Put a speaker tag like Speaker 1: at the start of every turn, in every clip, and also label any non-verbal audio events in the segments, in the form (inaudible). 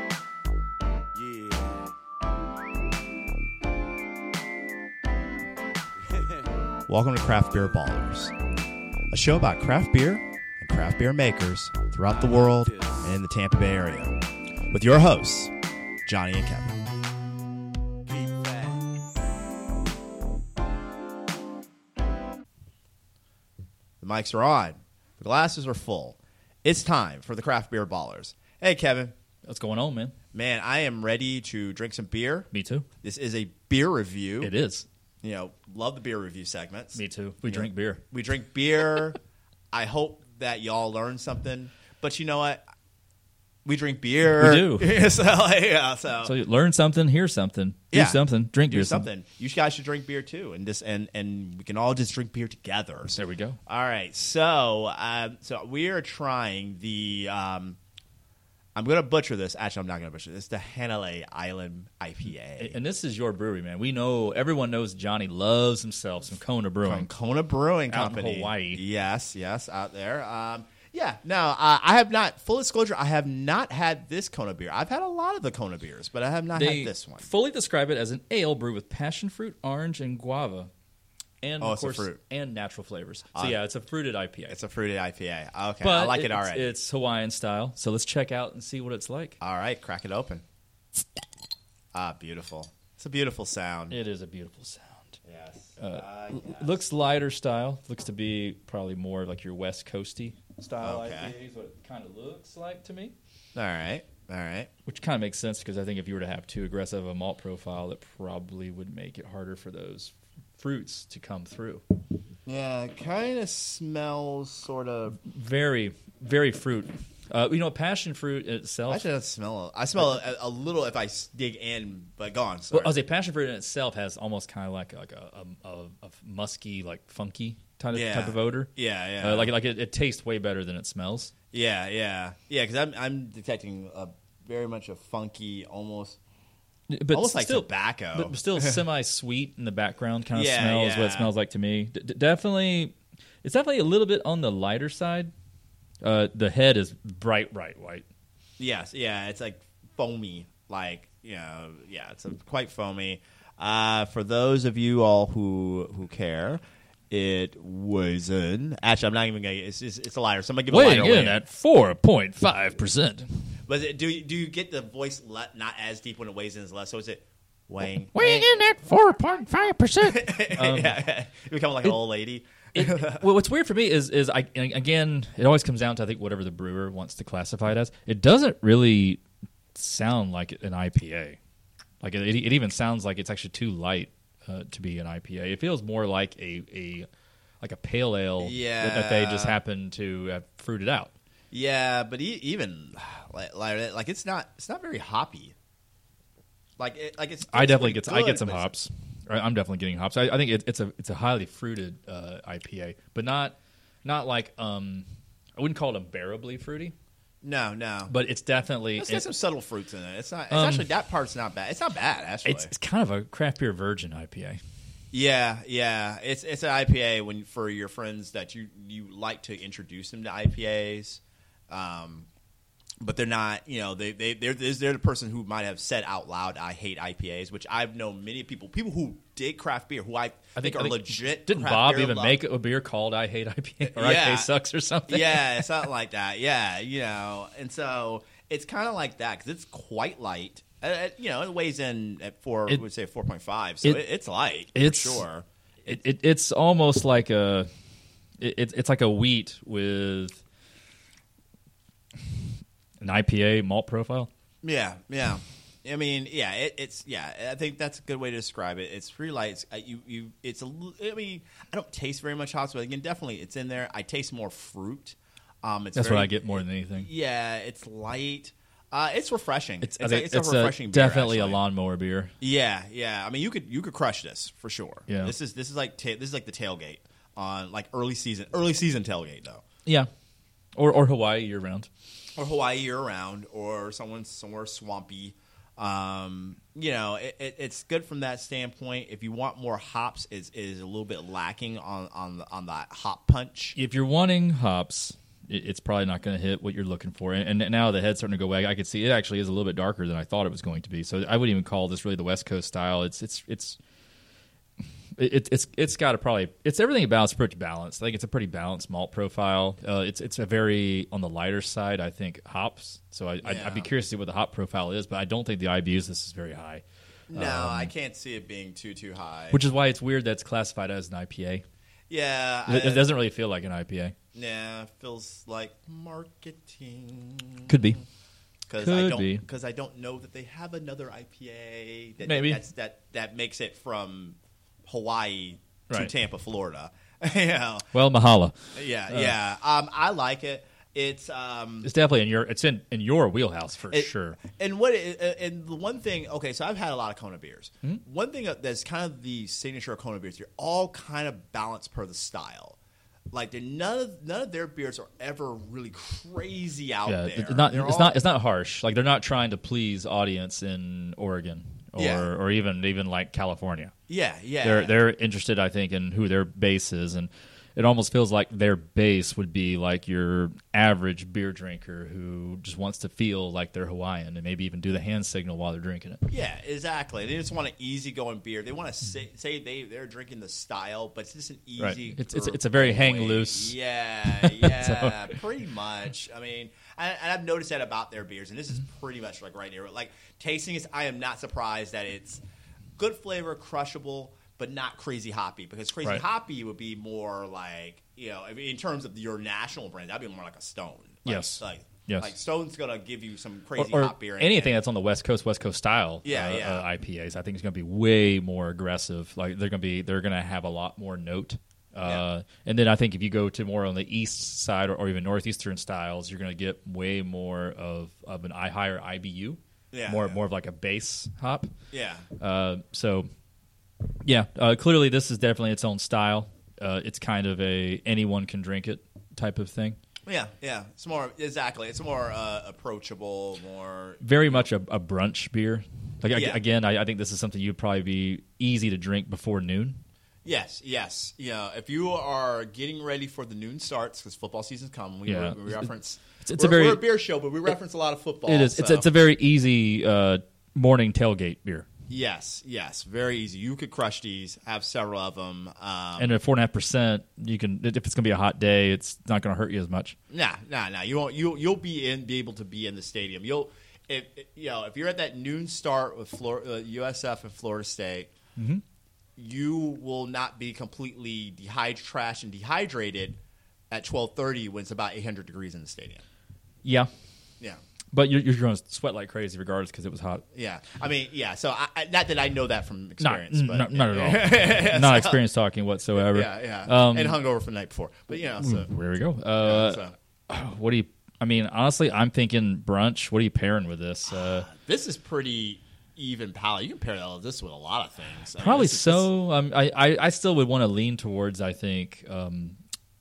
Speaker 1: (laughs) Welcome to Craft Beer Ballers, a show about craft beer and craft beer makers throughout the world and in the Tampa Bay area, with your hosts, Johnny and Kevin. The mics are on, the glasses are full. It's time for the Craft Beer Ballers. Hey, Kevin.
Speaker 2: What's going on, man?
Speaker 1: Man, I am ready to drink some beer.
Speaker 2: Me too.
Speaker 1: This is a beer review.
Speaker 2: It is.
Speaker 1: You know, love the beer review segments.
Speaker 2: Me too. We drink beer.
Speaker 1: We drink beer. (laughs) I hope that y'all learn something. But you know what? We drink beer.
Speaker 2: We do.
Speaker 1: (laughs) so, like, yeah, so,
Speaker 2: So you learn something, hear something, do
Speaker 1: Uh, Yeah.
Speaker 2: something, drink
Speaker 1: do
Speaker 2: beer,
Speaker 1: something. You guys should drink beer too, and this and and we can all just drink beer together.
Speaker 2: There we go.
Speaker 1: All right. So um, so we are trying the. Um, I'm gonna butcher this. Actually, I'm not gonna butcher this. The Hanalei Island IPA.
Speaker 2: And this is your brewery, man. We know everyone knows Johnny loves himself some Kona
Speaker 1: from
Speaker 2: Brewing.
Speaker 1: Kona Brewing
Speaker 2: Out in
Speaker 1: Company,
Speaker 2: Hawaii.
Speaker 1: Yes, yes, out there. Um, yeah, no, uh, I have not. Full disclosure, I have not had this Kona beer. I've had a lot of the Kona beers, but I have not had this one.
Speaker 2: fully describe it as an ale brewed with passion fruit, orange, and guava, and
Speaker 1: Oh,
Speaker 2: of
Speaker 1: it's a
Speaker 2: course,
Speaker 1: fruit.
Speaker 2: and natural flavors. So
Speaker 1: Uh,
Speaker 2: yeah, it's a fruited IPA.
Speaker 1: It's a fruited IPA. Okay,
Speaker 2: but
Speaker 1: I like it,
Speaker 2: it's-
Speaker 1: already.
Speaker 2: It's Hawaiian style, so let's check out and see what it's like.
Speaker 1: All right, crack it open. Ah, beautiful. It's a beautiful sound.
Speaker 2: It is a beautiful sound.
Speaker 1: Yes. Uh,
Speaker 2: L- Looks lighter style. Looks to be probably more like your West Coasty style
Speaker 1: Okay.
Speaker 2: IPA is what it kind of looks like to me.
Speaker 1: all right, all right.
Speaker 2: Which kind of makes sense because I think if you were to have too aggressive of a malt profile, it probably would make it harder for those fruits to come through.
Speaker 1: Yeah, kind of smells sort of.
Speaker 2: Very, very fruit. Uh, you know, passion fruit itself.
Speaker 1: Actually, I don't smell. I smell a, a little if I s- dig in, but gone.
Speaker 2: Well, oh, I'll say passion fruit in itself has almost kind of like like a, a, a, a musky, like funky type of,
Speaker 1: Yeah.
Speaker 2: type of odor.
Speaker 1: Yeah, yeah.
Speaker 2: Uh, like like it, it tastes way better than it smells.
Speaker 1: Yeah, yeah, yeah. Because I'm I'm detecting a very much a funky, almost
Speaker 2: But
Speaker 1: almost like
Speaker 2: still,
Speaker 1: tobacco.
Speaker 2: but (laughs) still semi-sweet in the background kind of
Speaker 1: Yeah,
Speaker 2: smell is what it
Speaker 1: yeah.
Speaker 2: smells like to me. D- d- definitely, it's definitely a little bit on the lighter side. Uh, the head is bright, bright white.
Speaker 1: yes, yeah. It's like foamy, like you know, yeah. It's a, quite foamy. Uh, for those of you all who who care, it was an actually. I'm not even gonna. It's it's, it's a liar. Somebody give a lighter weight.
Speaker 2: four point five percent.
Speaker 1: But it, do you- do you get the voice le- not as deep when it weighs in as less? So is it weighing? (laughs)
Speaker 2: in at four point five percent.
Speaker 1: yeah, (laughs) you become like an old lady. (laughs)
Speaker 2: Well, what's weird for me is is I and again, it always comes down to I think whatever the brewer wants to classify it as. It doesn't really sound like an IPA. Like it, it even sounds like it's actually too light uh, to be an IPA. It feels more like a a like a pale ale that, that they just
Speaker 1: Yeah.
Speaker 2: happen to have fruited out.
Speaker 1: Yeah, but e- even like, like that- like it's not it's not very hoppy. Like it, like it's,
Speaker 2: I
Speaker 1: it's
Speaker 2: definitely
Speaker 1: pretty
Speaker 2: get I
Speaker 1: good,
Speaker 2: get some
Speaker 1: but it's-
Speaker 2: hops. I- I'm definitely getting hops. I, I think it, it's a it's a highly fruited uh, IPA, but not not like um I wouldn't call it unbearably fruity,
Speaker 1: No, no. But
Speaker 2: but it's definitely
Speaker 1: it's
Speaker 2: it-
Speaker 1: got some subtle fruits in it. It's not. It's
Speaker 2: Um,
Speaker 1: actually that part's not bad. It's not bad actually.
Speaker 2: It's, it's kind of a craft beer virgin IPA.
Speaker 1: yeah, yeah. It's it's an IPA when for your friends that you you like to introduce them to IPAs, um, but they're not. You know, they they they're they're the person who might have said out loud, "I hate IPAs," which I've known many people people who did craft beer who I, think, are legit.
Speaker 2: Didn't
Speaker 1: craft
Speaker 2: Bob
Speaker 1: beer
Speaker 2: even
Speaker 1: lovers.
Speaker 2: make a beer called "I Hate IPA" or
Speaker 1: Yeah.
Speaker 2: "IPA Sucks" or something?
Speaker 1: yeah,
Speaker 2: (laughs)
Speaker 1: it's not like that. Yeah, you know, and so it's kind of like that because it's quite light. Uh, uh, you know, it weighs in at four.
Speaker 2: It-
Speaker 1: we'd say four point five. So
Speaker 2: it-
Speaker 1: it, it's light.
Speaker 2: it's-
Speaker 1: for sure.
Speaker 2: It, it, it's almost like a it, it, it's like a wheat with an IPA malt profile.
Speaker 1: Yeah, yeah. I mean, yeah, it, it's yeah. I think that's a good way to describe it. It's free lights. uh, You, you. It's a. l- I mean, I don't taste very much hops, but again, definitely, it's in there. I taste more fruit. Um, it's
Speaker 2: That's
Speaker 1: very-
Speaker 2: what I get more than anything.
Speaker 1: Yeah, it's light. Uh, it's refreshing.
Speaker 2: It's,
Speaker 1: It's,
Speaker 2: I
Speaker 1: a,
Speaker 2: think
Speaker 1: it's, a refreshing. beer,
Speaker 2: definitely
Speaker 1: actually.
Speaker 2: a lawnmower beer.
Speaker 1: Yeah, yeah. I mean, you could you could crush this for sure.
Speaker 2: Yeah.
Speaker 1: This is this is like ta- this is like the tailgate on like early season early season tailgate though,
Speaker 2: Yeah, or or Hawaii year round.
Speaker 1: or Hawaii year round, or someone somewhere swampy. Um, you know, it, it, it's good from that standpoint. If you want more hops, is is a little bit lacking on on the, on that hop punch.
Speaker 2: if you're wanting hops, it, it's probably not going to hit what you're looking for. And, and now the head's starting to go away. I could see it actually is a little bit darker than I thought it was going to be. So I wouldn't even call this really the West Coast style. It's it's it's it, it- it's it's got a probably it's everything about it's pretty balanced. I think it's a pretty balanced malt profile. Uh, it's it's a very on the lighter side. I think hops. So I, I'd, I'd be
Speaker 1: Yeah.
Speaker 2: curious to see what the hop profile is, but I don't think the IBUs this is very high,
Speaker 1: No, I can't see it being too too high.
Speaker 2: which is why it's weird that it's classified as an IPA.
Speaker 1: yeah,
Speaker 2: It, it
Speaker 1: I-
Speaker 2: doesn't really feel like an IPA.
Speaker 1: Nah, feels like marketing.
Speaker 2: Could be.
Speaker 1: Because
Speaker 2: Could
Speaker 1: I don't
Speaker 2: be.
Speaker 1: because I don't know that they have another IPA that
Speaker 2: Maybe.
Speaker 1: that's, that that makes it from Hawaii to
Speaker 2: Right.
Speaker 1: Tampa, Florida. (laughs) yeah,
Speaker 2: Well, Mahala.
Speaker 1: yeah,
Speaker 2: Uh.
Speaker 1: yeah. Um, I like it. It's um,
Speaker 2: It's definitely in your it's in in your wheelhouse for
Speaker 1: it-
Speaker 2: sure.
Speaker 1: And what uh, and the one thing, okay, so I've had a lot of Kona beers.
Speaker 2: Hmm?
Speaker 1: One thing that's kind of the signature of Kona beers, they're all kind of balanced per the style. Like they're none of none of their beers are ever really crazy out
Speaker 2: Yeah,
Speaker 1: there.
Speaker 2: it's not
Speaker 1: oh, They're
Speaker 2: it's
Speaker 1: all-
Speaker 2: not it's not harsh. Like they're not trying to please audience in Oregon or
Speaker 1: Yeah.
Speaker 2: or even even like California.
Speaker 1: Yeah, yeah.
Speaker 2: They're they're interested, I think, in who their base is, and it almost feels like their base would be like your average beer drinker who just wants to feel like they're Hawaiian and maybe even do the hand signal while they're drinking it.
Speaker 1: yeah, exactly. They just want an easygoing beer. They want to say, say they they're drinking the style, but it's just an easy.
Speaker 2: Hmm. Right. It's- it's- it's a very hang
Speaker 1: going-
Speaker 2: loose.
Speaker 1: Yeah,
Speaker 2: (laughs)
Speaker 1: yeah, pretty much. I mean, I, and I've noticed that about their beers, and this is
Speaker 2: Hmm.
Speaker 1: pretty much like right here. Like tasting is, I am not surprised that it's good flavor, crushable, but not crazy hoppy because crazy
Speaker 2: Right.
Speaker 1: hoppy would be more like you know, I mean, in terms of your national brand, that'd be more like a Stone. Like,
Speaker 2: Yes.
Speaker 1: like
Speaker 2: Yes.
Speaker 1: like Stone's gonna give you some
Speaker 2: Or,
Speaker 1: crazy
Speaker 2: or
Speaker 1: hop beer. and-
Speaker 2: anything that's on the West Coast, West Coast style,
Speaker 1: Yeah,
Speaker 2: uh,
Speaker 1: yeah.
Speaker 2: Uh, IPAs, I think is going to be way more aggressive. Like they're going to be, they're going to have a lot more note. Uh, And then I think if you go to more on the east side or, or even northeastern styles, you're going to get way more of of an I higher IBU,
Speaker 1: Yeah,
Speaker 2: more
Speaker 1: yeah.
Speaker 2: more of like a base hop.
Speaker 1: Yeah.
Speaker 2: Uh, so, yeah, uh, clearly this is definitely its own style. Uh, it's kind of a anyone can drink it type of thing.
Speaker 1: Yeah, yeah. It's more exactly. It's more uh, approachable. More
Speaker 2: Very much a, a brunch beer. Like ag-
Speaker 1: Yeah.
Speaker 2: again, I, I think this is something you'd probably be easy to drink before noon.
Speaker 1: yes, yes. Yeah. If you are getting ready for the noon starts because football season's coming, we,
Speaker 2: Yeah.
Speaker 1: we, reference.
Speaker 2: It's- it's a
Speaker 1: we're,
Speaker 2: very-
Speaker 1: we're a beer show, but we reference a lot of football.
Speaker 2: it is. It's,
Speaker 1: so-
Speaker 2: it's a very easy uh, morning tailgate beer,
Speaker 1: yes, yes. Very easy. You could crush these. Have several of them. Um,
Speaker 2: and at four and a half percent, you can. If it's going to be a hot day, it's not going to hurt you as much.
Speaker 1: Nah, nah, nah. You won't. You you'll be in. Be able to be in the stadium. You'll if you know if you're at that noon start with Flor- uh, USF and Florida State,
Speaker 2: Mm-hmm.
Speaker 1: you will not be completely dehydrated, trash, and dehydrated at twelve thirty when it's about eight hundred degrees in the stadium.
Speaker 2: Yeah,
Speaker 1: Yeah.
Speaker 2: but you're, you're going to sweat like crazy regardless because it was hot.
Speaker 1: Yeah, I mean, yeah. So, I, I, not that I know that from experience,
Speaker 2: not, mm,
Speaker 1: but
Speaker 2: not, not (laughs) at all. not experience talking whatsoever.
Speaker 1: yeah, yeah,
Speaker 2: Um,
Speaker 1: and hungover from the night before. But you know, so,
Speaker 2: there we go. Uh,
Speaker 1: so.
Speaker 2: What do you? I mean, honestly, I'm thinking brunch. What are you pairing with this? Uh,
Speaker 1: this is pretty even palate. You can parallel this with a lot of things. I mean,
Speaker 2: probably
Speaker 1: this is-
Speaker 2: so. Um, I, I I still would want to lean towards. I think um,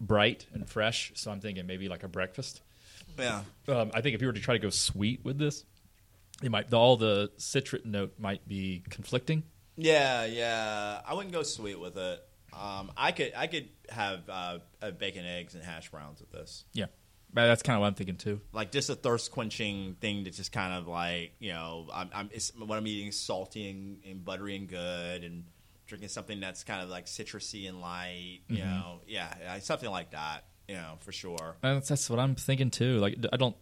Speaker 2: bright and fresh. So I'm thinking maybe like a breakfast.
Speaker 1: Yeah.
Speaker 2: Um, I think if you were to try to go sweet with this, it might all the citrus note might be conflicting.
Speaker 1: Yeah, yeah. I wouldn't go sweet with it. Um, I could I could have uh, uh, bacon, eggs, and hash browns with this.
Speaker 2: Yeah, but that's kind of what I'm thinking too.
Speaker 1: Like just a thirst quenching thing that's just kind of like you know I'm, I'm it's, what I'm eating is salty and, and buttery and good and drinking something that's kind of like citrusy and light. You know, yeah, yeah, something like that. You know, for sure.
Speaker 2: Uh, That's, that's what I'm thinking too. Like I don't,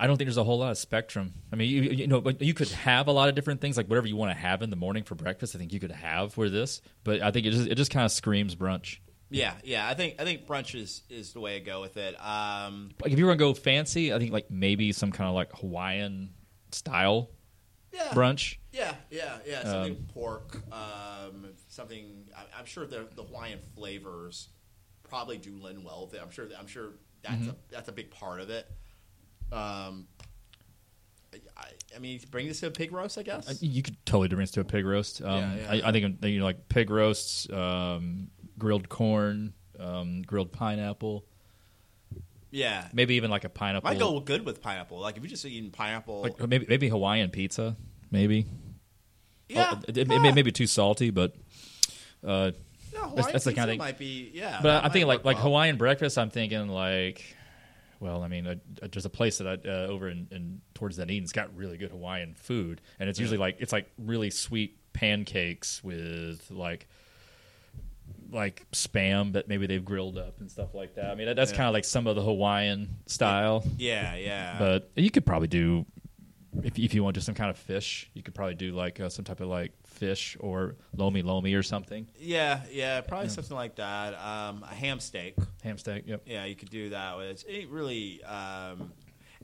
Speaker 2: I don't think there's a whole lot of spectrum. I mean, you, you know, but you could have a lot of different things, like whatever you want to have in the morning for breakfast. I think you could have with this, but I think it just it just kind of screams brunch.
Speaker 1: Yeah, yeah. I think I think brunch is is the way to go with it. Um,
Speaker 2: Like if you were gonna go fancy, I think like maybe some kind of like Hawaiian style
Speaker 1: yeah,
Speaker 2: brunch.
Speaker 1: Yeah, yeah, yeah. Something pork, um, something. I, I'm sure the, the Hawaiian flavors probably do lend well with it. I'm sure. I'm sure that's
Speaker 2: Mm-hmm.
Speaker 1: a that's a big part of it. Um, I, I mean, bring this to a pig roast, I guess.
Speaker 2: I- uh, You could totally difference to a pig roast. Um,
Speaker 1: Yeah, yeah.
Speaker 2: I, I think you know, like pig roasts, um, grilled corn, um, grilled pineapple,
Speaker 1: yeah,
Speaker 2: maybe even like a pineapple.
Speaker 1: might go good with pineapple. Like if you just eating pineapple,
Speaker 2: Like, maybe maybe Hawaiian pizza, maybe.
Speaker 1: yeah,
Speaker 2: Oh, it, it,
Speaker 1: yeah.
Speaker 2: may- maybe too salty, but. Uh,
Speaker 1: No, Hawaiian
Speaker 2: that's the
Speaker 1: pizza
Speaker 2: kind of thing-
Speaker 1: might be. Yeah,
Speaker 2: but
Speaker 1: that
Speaker 2: I'm
Speaker 1: might
Speaker 2: thinking like
Speaker 1: work
Speaker 2: like
Speaker 1: well.
Speaker 2: Hawaiian breakfast. I'm thinking like, well, I mean, uh, uh, there's a place that I, uh, over in, in towards Dunedin's got really good Hawaiian food, and it's usually like it's like really sweet pancakes with like like spam, but maybe they've grilled up and stuff like that. I mean, that, that's kind of like some of the Hawaiian style.
Speaker 1: Yeah, yeah.
Speaker 2: But you could probably do if if you want just some kind of fish, you could probably do like uh, some type of like fish or lomi lomi or something.
Speaker 1: yeah, yeah, probably something like that. Um, a ham steak.
Speaker 2: Ham steak. Yep.
Speaker 1: Yeah, you could do that with it. Really, um,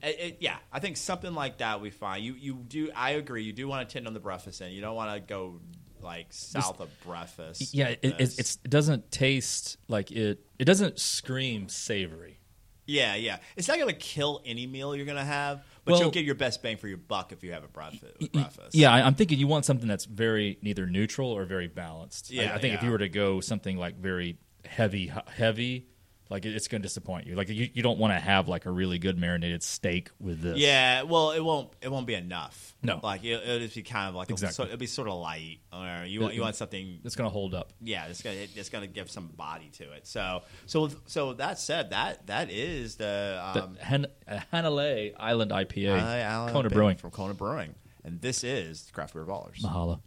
Speaker 1: it, it- yeah, I think something like that we find. You you do. I agree. You do want to tend on the breakfast end. You don't want to go like south of breakfast.
Speaker 2: Yeah, it, it,
Speaker 1: That's-
Speaker 2: it's, it doesn't taste like it. It doesn't scream savory.
Speaker 1: yeah, yeah. It's not gonna kill any meal you're gonna have, but
Speaker 2: Well-
Speaker 1: you'll get your best bang for your buck if you have a breakfast. breakfast.
Speaker 2: Yeah, I, I'm thinking you want something that's very neither neutral or very balanced. I- I,
Speaker 1: Yeah,
Speaker 2: think if
Speaker 1: yeah.
Speaker 2: you were to go something like very heavy, h- heavy, like it- it's going to disappoint you. Like you, you don't want to have like a really good marinated steak with this.
Speaker 1: Yeah, well, it won't. It won't be enough.
Speaker 2: No.
Speaker 1: like it, it'll just be kind of like
Speaker 2: Exactly.
Speaker 1: so, it'll be sort of light. Or you want you want something
Speaker 2: it's going to hold up.
Speaker 1: yeah, it's gonna it's gonna give some body to it. So so so that said, that that is the
Speaker 2: The
Speaker 1: um,
Speaker 2: Hen- uh, Hanalei Island IPA,
Speaker 1: I, Alan
Speaker 2: Kona
Speaker 1: Bing
Speaker 2: Brewing.
Speaker 1: from Kona Brewing, and this is Craft Beer Ballers.
Speaker 2: Mahalo.